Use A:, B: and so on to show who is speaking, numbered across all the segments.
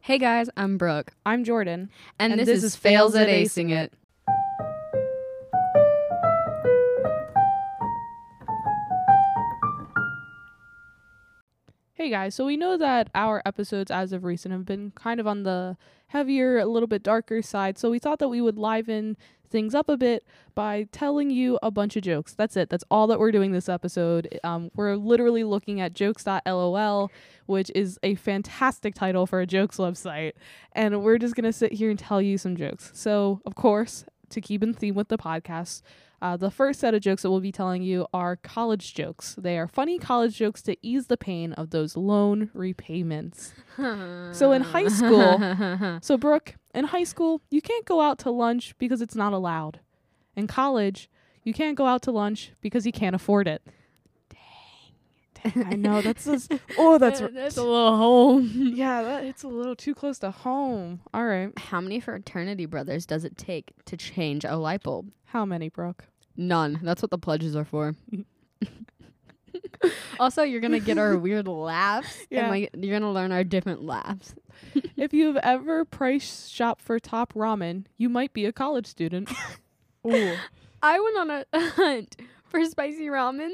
A: Hey guys, I'm Brooke,
B: I'm Jordan.
A: and, this, is Fails at Acing It.
B: Hey guys, so we know that our episodes as of recent have been kind of on the heavier, a little bit darker side, so we thought that we would liven things up a bit by telling you a bunch of jokes. That's it. That's all that we're doing this episode. Um, we're literally looking at jokes.lol, which is a fantastic title for a jokes website, and we're just going to sit here and tell you some jokes. So, of course, to keep in theme with the podcast, uh, the first set of jokes that we'll be telling you are college jokes. They are funny college jokes to ease the pain of those loan repayments. So in high school- So, Brooke, in high school, you can't go out to lunch because it's not allowed. In college, you can't go out to lunch because you can't afford it. Dang. I know. That's just, oh, that's,
A: that's a little home.
B: yeah, that, it's a little too close to home. All right.
A: How many fraternity brothers does it take to change a light bulb?
B: How many, Brooke?
A: None. That's what the pledges are for. also, you're gonna get our weird laughs, and
B: Yeah.
A: like you're gonna learn our different laughs.
B: If you've ever price shop for top ramen, you might be a college student. Ooh.
A: I went on a hunt for spicy ramen,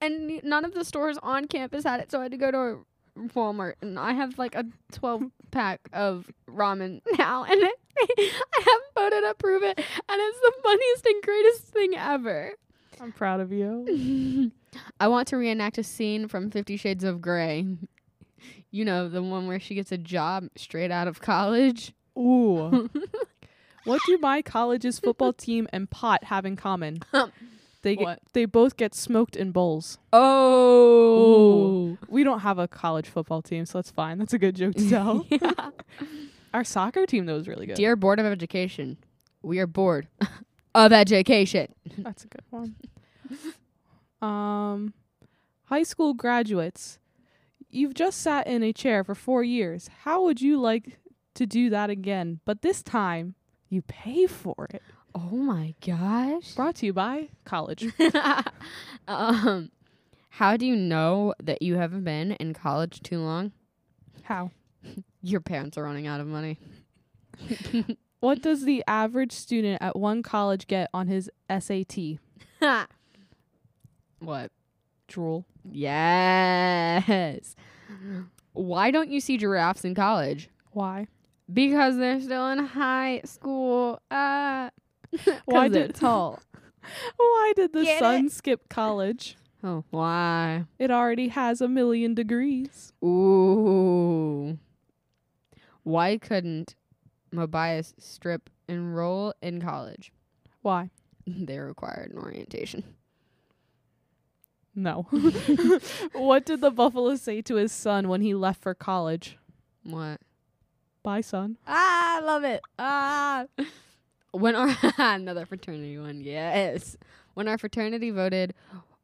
A: and n- none of the stores on campus had it, so I had to go to Walmart, and I have like a 12 pack of ramen now, and it, I have a photo to prove it, and it's the funniest and greatest thing ever.
B: I'm proud of you.
A: I want to reenact a scene from Fifty Shades of Grey. You know, the one where she gets a job straight out of college.
B: Ooh. what do my college's football team and pot have in common?
A: Um,
B: They get,
A: what?
B: they both get smoked in bowls.
A: Oh.
B: We don't have a college football team, so that's fine. That's a good joke to tell. Our soccer team though is really good.
A: Dear Board of Education, we are bored of education.
B: That's a good one. Um, high school graduates, you've just sat in a chair for four years. How would you like to do that again? But this time, you pay for it.
A: Oh my gosh.
B: Brought to you by college.
A: um, how do you know that you haven't been in college too long?
B: How?
A: Your parents are running out of money.
B: What does the average student at one college get on his SAT?
A: what?
B: Drool.
A: Yes. Why don't you see giraffes in college?
B: Why?
A: Because they're still in high school. Uh, 'cause
B: Why
A: they're
B: did-
A: tall?
B: Why did the
A: Get
B: sun skip college?
A: Oh, why?
B: It already has a million degrees.
A: Ooh. Why couldn't Mobius strip enroll in college?
B: Why?
A: They required an orientation.
B: No. what did the buffalo say to his son when he left for college?
A: What?
B: Bye, son.
A: Ah, I love it. Ah. When our another fraternity one, yes. When our fraternity voted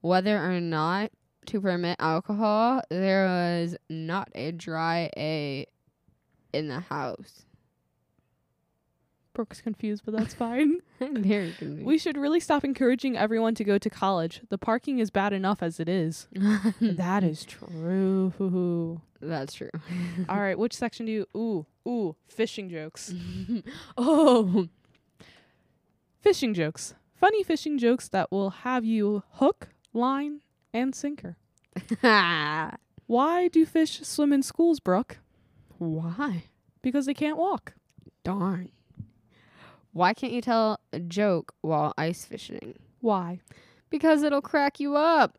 A: whether or not to permit alcohol, there was not a dry A in the house.
B: Brooke's confused, but that's fine.
A: Very confused.
B: we should really stop encouraging everyone to go to college. The parking is bad enough as it is. that is true.
A: That's true.
B: All right, which section do you? Ooh, ooh, fishing jokes.
A: oh.
B: Fishing jokes. Funny fishing jokes that will have you hook, line, and sinker. Why do fish swim in schools, Brooke?
A: Why?
B: Because they can't walk.
A: Darn. Why can't you tell a joke while ice fishing?
B: Why?
A: Because it'll crack you up.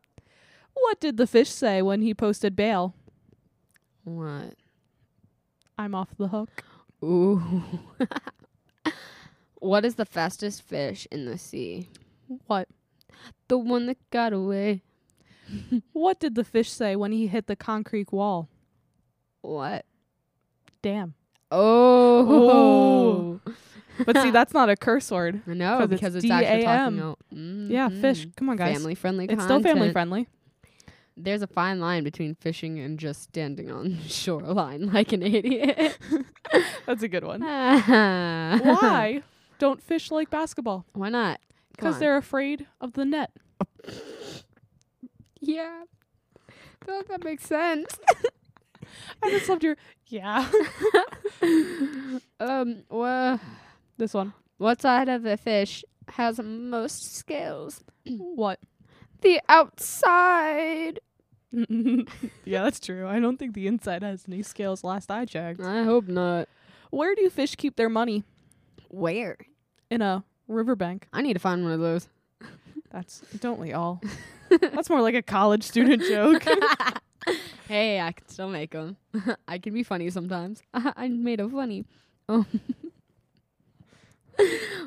B: What did the fish say when he posted bail?
A: What?
B: I'm off the hook.
A: Ooh. what is the fastest fish in the sea?
B: What?
A: The one that got away.
B: What did the fish say when he hit the concrete wall?
A: What?
B: Damn.
A: Oh.
B: But see, that's not a curse word.
A: I know
B: 'Cause it's
A: because it's, actually
B: D.A.M..
A: talking about mm
B: Yeah, fish. Come on, guys.
A: Family friendly.
B: It's still family
A: friendly.
B: friendly.
A: There's a fine line between fishing and just standing on the shoreline like an idiot.
B: That's a good one.
A: Why?
B: Why don't fish like basketball?
A: Why not? Come
B: Because
A: on.
B: they're afraid of the net.
A: yeah. Don't that makes sense?
B: I just loved your yeah.
A: um, wha-
B: This one.
A: what side of the fish has most scales?
B: What?
A: The outside.
B: yeah, that's true. I don't think the inside has any scales last I checked.
A: I hope not.
B: Where do fish keep their money?
A: Where?
B: In a riverbank.
A: I need to find one of those.
B: That's don't we all? that's more like a college student joke.
A: hey, I can still make 'em. I can be funny sometimes. I, I made a funny. Um,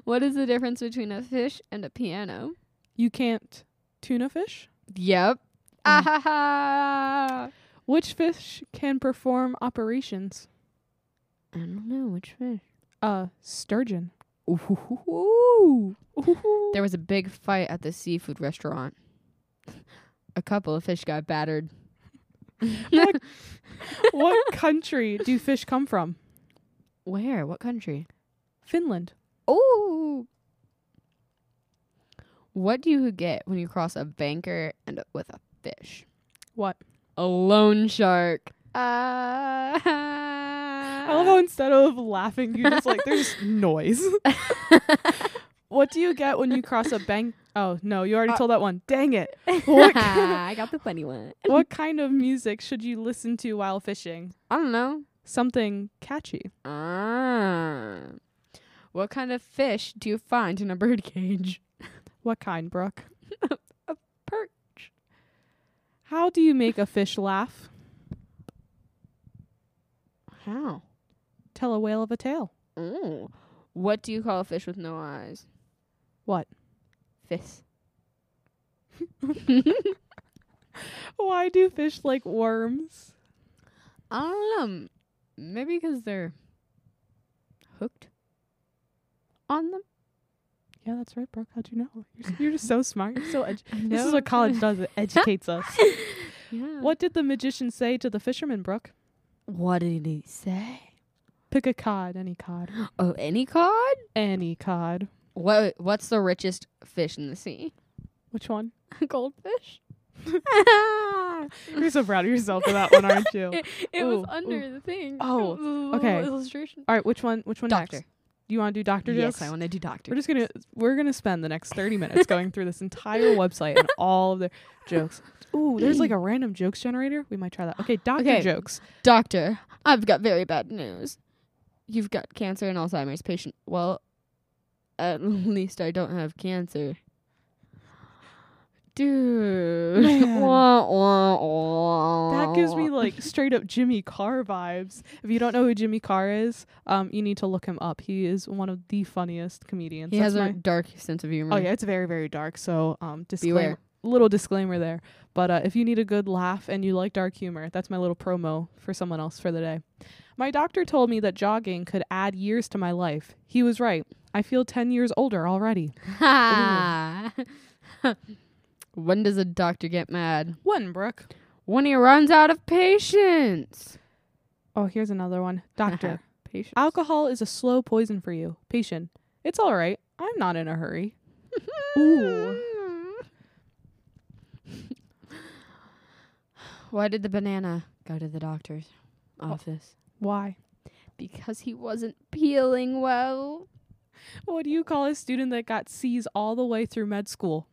A: what is the difference between a fish and a piano?
B: you can't tuna fish?
A: Yep. Um,
B: Mm.
A: Ah.
B: Which fish can perform operations?
A: I don't know which fish.
B: Uh sturgeon.
A: Ooh.
B: Ooh.
A: There was a big fight at the seafood restaurant. A couple of fish got battered.
B: What? what country do fish come from?
A: Where? What country?
B: Finland.
A: Ooh. What do you get when you cross a banker and a- with a fish?
B: What?
A: A loan shark. Uh,
B: I love how instead of laughing, you just like there's noise. what do you get when you cross a bank? Oh no, you already
A: Uh,
B: told that one. Dang it! What, ki-
A: I got the funny one.
B: what kind of music should you listen to while fishing?
A: I don't know.
B: Something catchy.
A: Ah. What kind of fish do you find in a bird cage?
B: What kind, Brooke?
A: A perch.
B: How do you make a fish laugh?
A: How?
B: Tell a whale of a tale.
A: Ooh. What do you call a fish with no eyes?
B: What?
A: Fist.
B: Why do fish like worms?
A: I don't know. Maybe because they're hooked on them.
B: Yeah, that's right, Brooke. How'd you know? You're, s- you're just so smart. You're so edu- this
A: know.
B: is what college does. It educates us.
A: Yeah.
B: What did the magician say to the fisherman, Brooke?
A: What did he say?
B: Pick a cod, any cod,
A: Oh, any cod?
B: any cod.
A: What? What's the richest fish in the sea?
B: Which one?
A: Goldfish.
B: You're so proud of yourself for that one, aren't you?
A: it it was
B: Ooh,
A: under the thing.
B: Oh,
A: It was a little
B: okay.
A: Illustration.
B: All right, which one? Which one?
A: Doctor.
B: Next? You want to do doctor jokes?
A: Yes, I want to do doctor.
B: We're just gonna we're gonna spend the next thirty minutes going through this entire website and all of their jokes. Ooh, there's like a random jokes generator. We might try that. Okay, doctor
A: Okay.
B: jokes.
A: Doctor, I've got very bad news. You've got cancer and Alzheimer's patient. Well, at least I don't have cancer. Dude.
B: Man.
A: Wah, wah, wah.
B: That gives me like straight up Jimmy Carr vibes. If you don't know who Jimmy Carr is, um, you need to look him up. He is one of the funniest comedians.
A: He
B: That's
A: has a
B: my-
A: dark sense of humor.
B: Oh yeah, it's very very dark. So um, disclaimer,
A: Beware.
B: little disclaimer there. But uh, if you need a good laugh and you like dark humor, that's my little promo for someone else for the day. My doctor told me that jogging could add years to my life. He was right. I feel ten years older already.
A: Ha! when does a doctor get mad?
B: One Brooke.
A: When he runs out of patience.
B: Oh, here's another one. Doctor,
A: Patience.
B: alcohol is a slow poison for you. Patient, it's all right. I'm not in a hurry. Ooh.
A: Why did the banana go to the doctor's office?
B: Why?
A: Oh. Because he wasn't peeling well.
B: What do you call a student that got C's all the way through med school?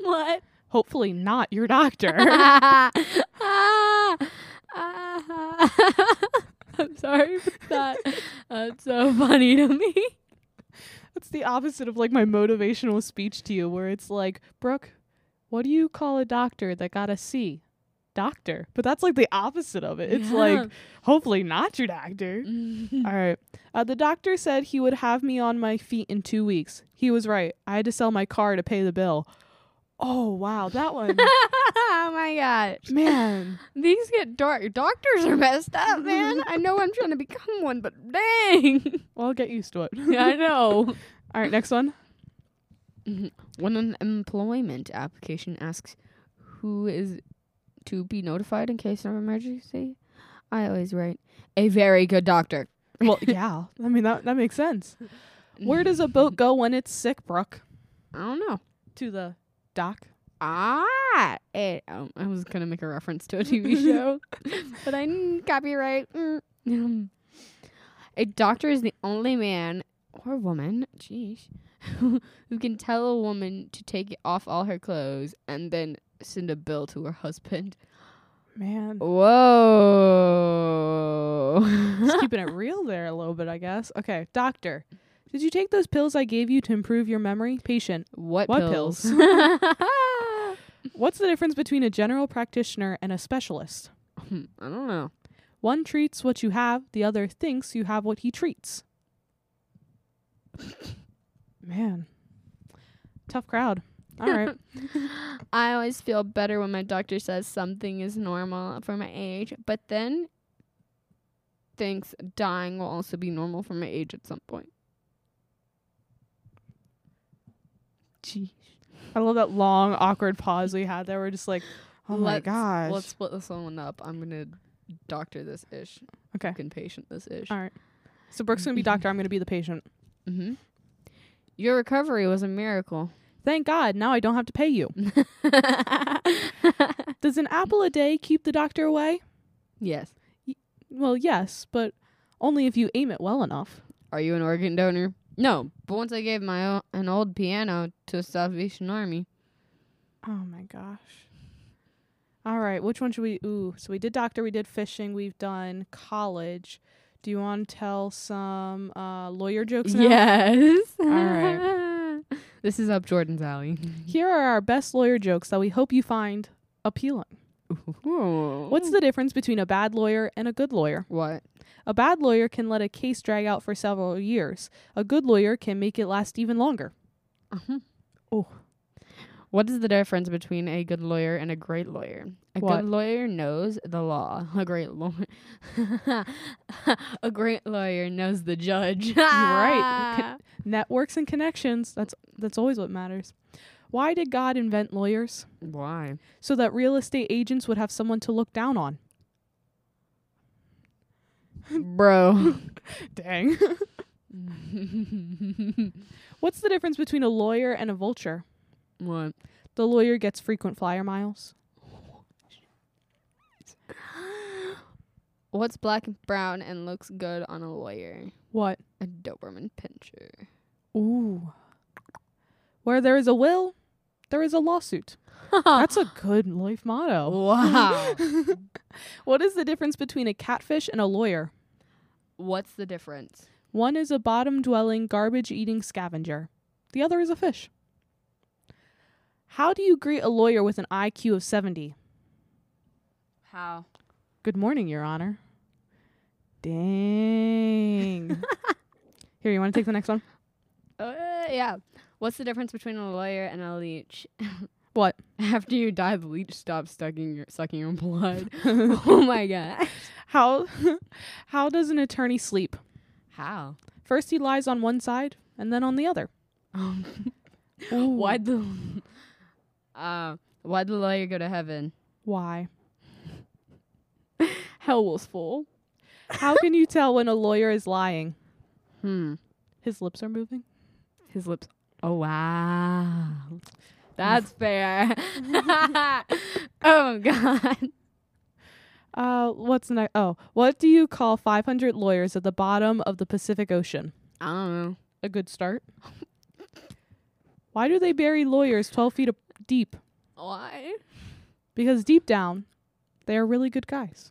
A: what?
B: Hopefully not your doctor.
A: I'm sorry for that. That's so funny to me.
B: That's the opposite of like my motivational speech to you, where it's like, Brooke, what do you call a doctor that got a C? Doctor. But that's like the opposite of it. It's like, hopefully not your doctor.
A: like.
B: All right. Uh, the doctor said he would have me on my feet in two weeks. He was right. I had to sell my car to pay the bill. Oh, wow. That one.
A: oh my gosh.
B: Man.
A: These get dark. Doctors are messed up, man. I know I'm trying to become one, but dang.
B: Well, I'll get used to it.
A: I know.
B: All right. Next one.
A: When an employment application asks who is to be notified in case of emergency, I always write a very good doctor.
B: Well, yeah. I mean, that, that makes sense. Where does a boat go when it's sick, Brooke?
A: I don't know.
B: To the dock.
A: Ah, it, um, I was gonna make a reference to a TV show, but I n- copyright. Mm. a doctor is the only man or woman, jeez, who can tell a woman to take off all her clothes and then send a bill to her husband.
B: Man.
A: Whoa.
B: Just keeping it real there a little bit, I guess. Okay, doctor. Did you take those pills I gave you to improve your memory? Patient.
A: what,
B: What
A: pills?
B: pills?
A: I
B: What's the difference between a general practitioner and a specialist?
A: don't know.
B: One treats what you have, the other thinks you have what he treats. Man. Tough crowd. All right.
A: I always feel better when my doctor says something is normal for my age, but then thinks dying will also be normal for my age at some point.
B: Jeez. I love that long, awkward pause we had there. We're just like, oh my
A: Let's-
B: gosh.
A: Let's split this one up. I'm gonna doctor this ish.
B: Okay.
A: Can patient this ish.
B: All right. So Brooke's going to be doctor. I'm going to be the patient.
A: Mm-hmm. Your recovery was a miracle.
B: Thank God. Now I don't have to pay you. Does an apple a day keep the doctor away?
A: yes.
B: Well, yes, but only if you aim it well enough.
A: Are you an organ donor? No, but once I gave my o- an old piano to Salvation Army.
B: Oh my gosh. All right, which one should we? Ooh, so we did doctor, we did fishing, we've done college. Do you want to tell some uh, lawyer jokes? Now?
A: Yes. All
B: right.
A: this is up Jordan's alley.
B: Here are our best lawyer jokes that we hope you find appealing. What's the difference between a bad lawyer and a good lawyer?
A: what?
B: A bad lawyer can let a case drag out for several years. A good lawyer can make it last even longer.
A: Oh. What is the difference between a good lawyer and a great lawyer? A
B: What?
A: good lawyer knows the law. A great lawyer, a great lawyer knows the judge. You're
B: right. Con- Networks and connections, that's that's always what matters. Why did God invent lawyers?
A: Why?
B: so that real estate agents would have someone to look down on.
A: Bro.
B: Dang. What's the difference between a lawyer and a vulture?
A: what?
B: The lawyer gets frequent flyer miles.
A: What's black and brown and looks good on a lawyer?
B: What?
A: A Doberman pincher.
B: Ooh. Where there is a will, there is a lawsuit. That's a good life motto.
A: wow.
B: What is the difference between a catfish and a lawyer?
A: What's the difference?
B: One is a bottom dwelling, garbage eating scavenger, the other is a fish. How do you greet a lawyer with an IQ of 70?
A: How?
B: Good morning, Your Honor. Dang. Here, you want to take the next one?
A: Uh, yeah. What's the difference between a lawyer and a leech?
B: What?
A: After you die, the leech stops sucking your sucking your blood. oh my god.
B: How how does an attorney sleep?
A: How?
B: First he lies on one side and then on the other.
A: why Um, the? Uh, why the lawyer go to heaven?
B: Why?
A: Hell was full.
B: How can you tell when a lawyer is lying?
A: Hmm.
B: His lips are moving.
A: His lips. Oh wow. That's fair. oh god.
B: Uh what's the next? Oh, what do you call 500 lawyers at the bottom of the Pacific Ocean?
A: I don't know.
B: A good start. Why do they bury lawyers 12 feet a- deep?
A: Why?
B: Because deep down, they are really good guys.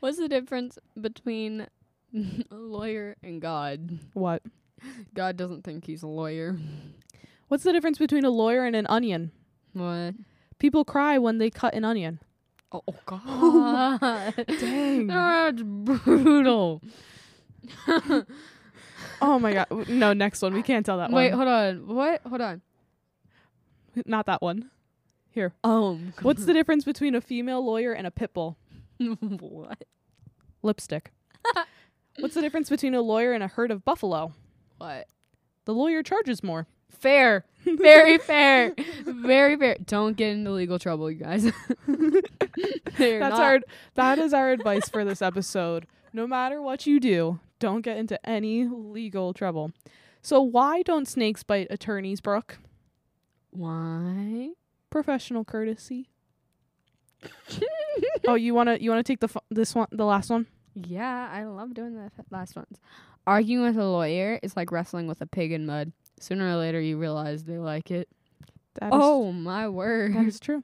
A: What's the difference between a lawyer and God?
B: What?
A: God doesn't think he's a lawyer.
B: What's the difference between a lawyer and an onion?
A: What?
B: People cry when they cut an onion.
A: Oh, oh God!
B: Dang.
A: That's brutal.
B: Oh my god. W- No, next one. We can't tell that
A: Wait,
B: one.
A: hold on. What? Hold on.
B: Not that one. Here.
A: Oh,
B: What's the difference between a female lawyer and a pit bull?
A: what?
B: Lipstick. What's the difference between a lawyer and a herd of buffalo?
A: What?
B: The lawyer charges more.
A: Fair. Very fair. Very fair. Don't get into legal trouble, you guys. They're
B: That's
A: not-
B: our that is our advice for this episode. No matter what you do, don't get into any legal trouble. So why don't snakes bite attorneys, Brooke?
A: Why?
B: Professional courtesy. oh, you wanna you wanna take the fu- this one the last one?
A: Yeah, I love doing the f- last ones. Arguing with a lawyer is like wrestling with a pig in mud. Sooner or later, you realize they like it.
B: That is-
A: Oh my word!
B: that is true.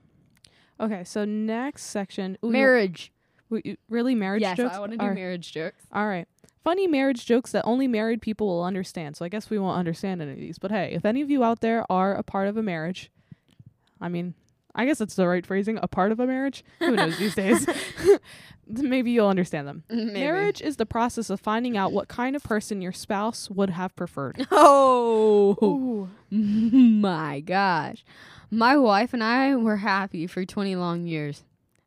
B: Okay, so next section. Ooh, you-
A: marriage.
B: w- you- really marriage
A: yes,
B: jokes?
A: I want to do
B: All right.
A: marriage jokes.
B: All right. Funny marriage jokes that only married people will understand. So I guess we won't understand any of these. But hey, if any of you out there are a part of a marriage, I mean, I guess that's the right phrasing, a part of a marriage. Who knows these days? Maybe you'll understand them.
A: Maybe.
B: Marriage is the process of finding out what kind of person your spouse would have preferred.
A: Oh. My gosh. My wife and I were happy for 20 long years.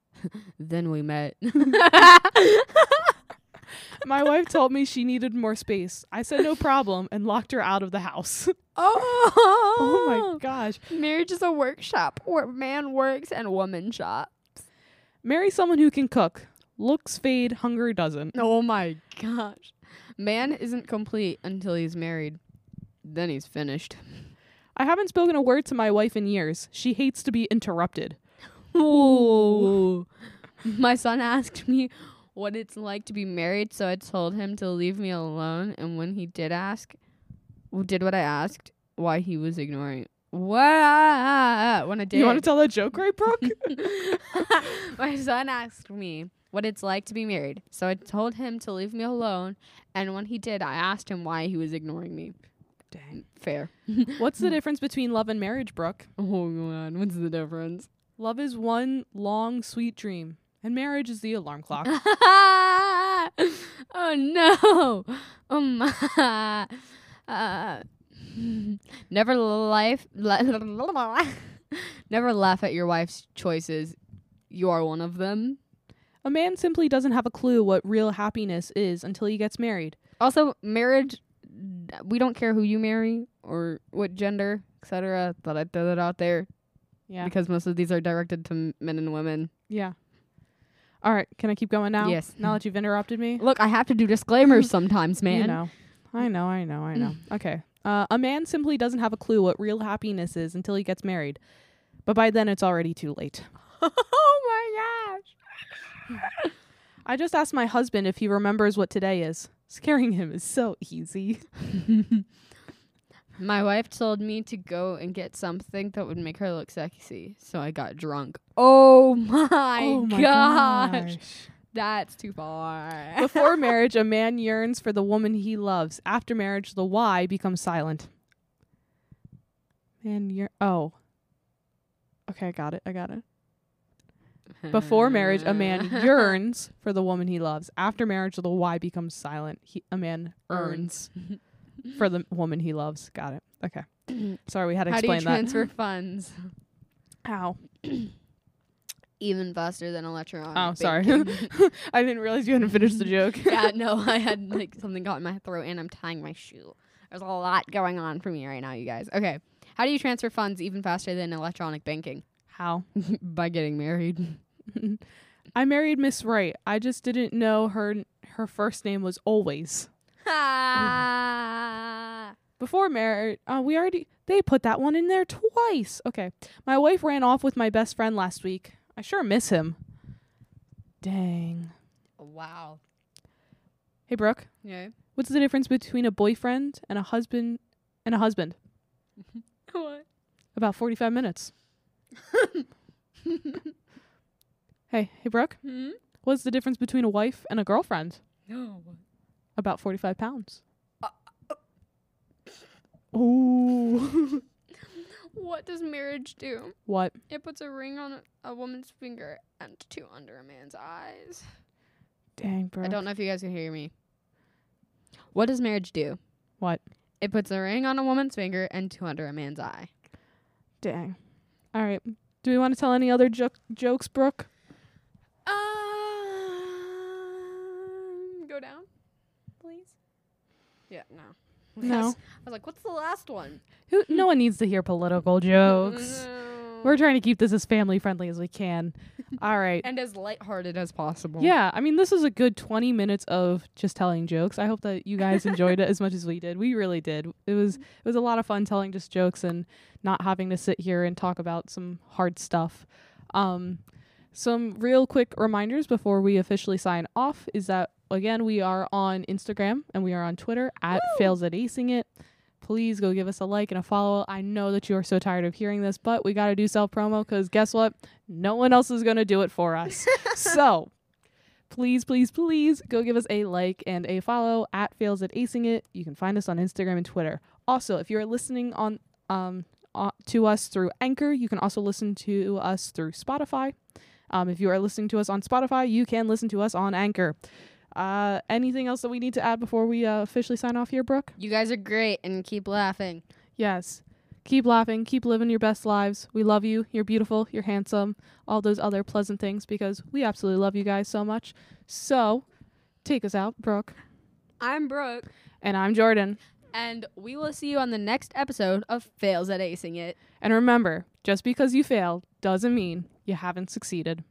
A: then we met.
B: My wife told me she needed more space. I said no problem and locked her out of the house.
A: oh.
B: oh my gosh.
A: Marriage is a workshop where man works and woman shop.
B: Marry someone who can cook. Looks fade, hunger doesn't.
A: Oh my gosh. Man isn't complete until he's married. Then he's finished.
B: I haven't spoken a word to my wife in years. She hates to be interrupted.
A: Ooh. My son asked me what it's like to be married, so I told him to leave me alone. And when he did ask, w- did what I asked, why he was ignoring. What? When I did.
B: You want to tell that joke, right, Brooke?
A: My son asked me what it's like to be married, so I told him to leave me alone. And when he did, I asked him why he was ignoring me.
B: Dang. Hmm.
A: Fair.
B: What's the difference between love and marriage, Brooke?
A: Oh man, what's the difference?
B: Love is one long, sweet dream, and marriage is the alarm clock.
A: oh no! Oh my! Uh, never life. never laugh at your wife's choices. You are one of them.
B: a man simply doesn't have a clue what real happiness is until he gets married.
A: Also, marriage. We don't care who you marry or what gender, etc. Thought I'd throw that out there
B: Yeah.
A: because most of these are directed to m- men and women.
B: Yeah. All right. Can I keep going now?
A: Yes.
B: Now that you've interrupted me?
A: Look, I have to do disclaimers sometimes, man. Mm.
B: You know. I know, I know, I know. okay. Uh, a man simply doesn't have a clue what real happiness is until he gets married. But by then, it's already too late.
A: oh my gosh.
B: I just asked my husband if he remembers what today is. Scaring him is so easy.
A: My wife told me to go and get something that would make her look sexy, so I got drunk. Oh my, gosh. That's too far.
B: Before marriage, a man yearns for the woman he loves. After marriage, the why becomes silent. Man, year oh. Okay, I got it. I got it. Before marriage, a man
A: Mm.
B: yearns for the woman he loves. After marriage, the why becomes silent. He, a man earns for the woman he loves. Got it. Okay. Sorry, we had to
A: Mm-hmm. How do you
B: explain that.
A: transfer funds?
B: How?
A: Even faster than electronic.
B: Oh, sorry.
A: banking.
B: I didn't realize you hadn't finished the joke.
A: yeah, no, I had like something got in my throat and I'm tying my shoe. There's a lot going on for me right now, you guys. Okay. How do you transfer funds even faster than electronic banking?
B: How?
A: By getting married.
B: I married Miss Wright. I just didn't know her her first name was always.
A: Ah.
B: Before marriage, uh, we already they put that one in there twice. Okay, my wife ran off with my best friend last week. I sure miss him. Dang.
A: Wow.
B: Hey Brooke,
A: Yeah.
B: what's the difference between a boyfriend and a husband and a husband?
A: What?
B: About forty five minutes. hey, hey Brooke,
A: Hmm?
B: what's the difference between a wife and a girlfriend?
A: No.
B: About forty five pounds. uh, Ooh.
A: What does marriage do?
B: what?
A: It puts a ring on a woman's finger and two under a man's eyes.
B: Dang, Brooke.
A: I don't know if you guys can hear me. What does marriage do?
B: What?
A: It puts a ring on a woman's finger and two under a man's eye.
B: Dang. All right. Do we want to tell any other jo- jokes, Brooke?
A: Um, go down, please. Yeah, no.
B: No.
A: I was, I was like, what's the last one?
B: Who? No one needs to hear political jokes.
A: No.
B: We're trying to keep this as family friendly as we can. All right.
A: and as lighthearted as possible.
B: Yeah, I mean, this is a good 20 minutes of just telling jokes. I hope that you guys enjoyed it as much as we did. We really did. It was it was a lot of fun telling just jokes and not having to sit here and talk about some hard stuff. Um, Some real quick reminders before we officially sign off is that again we are on Instagram and we are on Twitter at fails at acing it. Please go give us a like and a follow. I know that you are so tired of hearing this, but we got to do self promo because guess what? No one else is going to do it for us. so please, please, please go give us a like and a follow at fails at acing it. You can find us on Instagram and Twitter. Also, if you're listening on um uh, to us through Anchor, you can also listen to us through Spotify. Um, if you are listening to us on Spotify, you can listen to us on Anchor. Uh, anything else that we need to add before we uh, officially sign off here, Brooke?
A: You guys are great and keep laughing.
B: Yes. Keep laughing. Keep living your best lives. We love you. You're beautiful. You're handsome. All those other pleasant things because we absolutely love you guys so much. So take us out, Brooke.
A: I'm Brooke,
B: And I'm Jordan.
A: and we will see you on the next episode of Fails at Acing It.
B: And remember, just because you failed doesn't mean you haven't succeeded.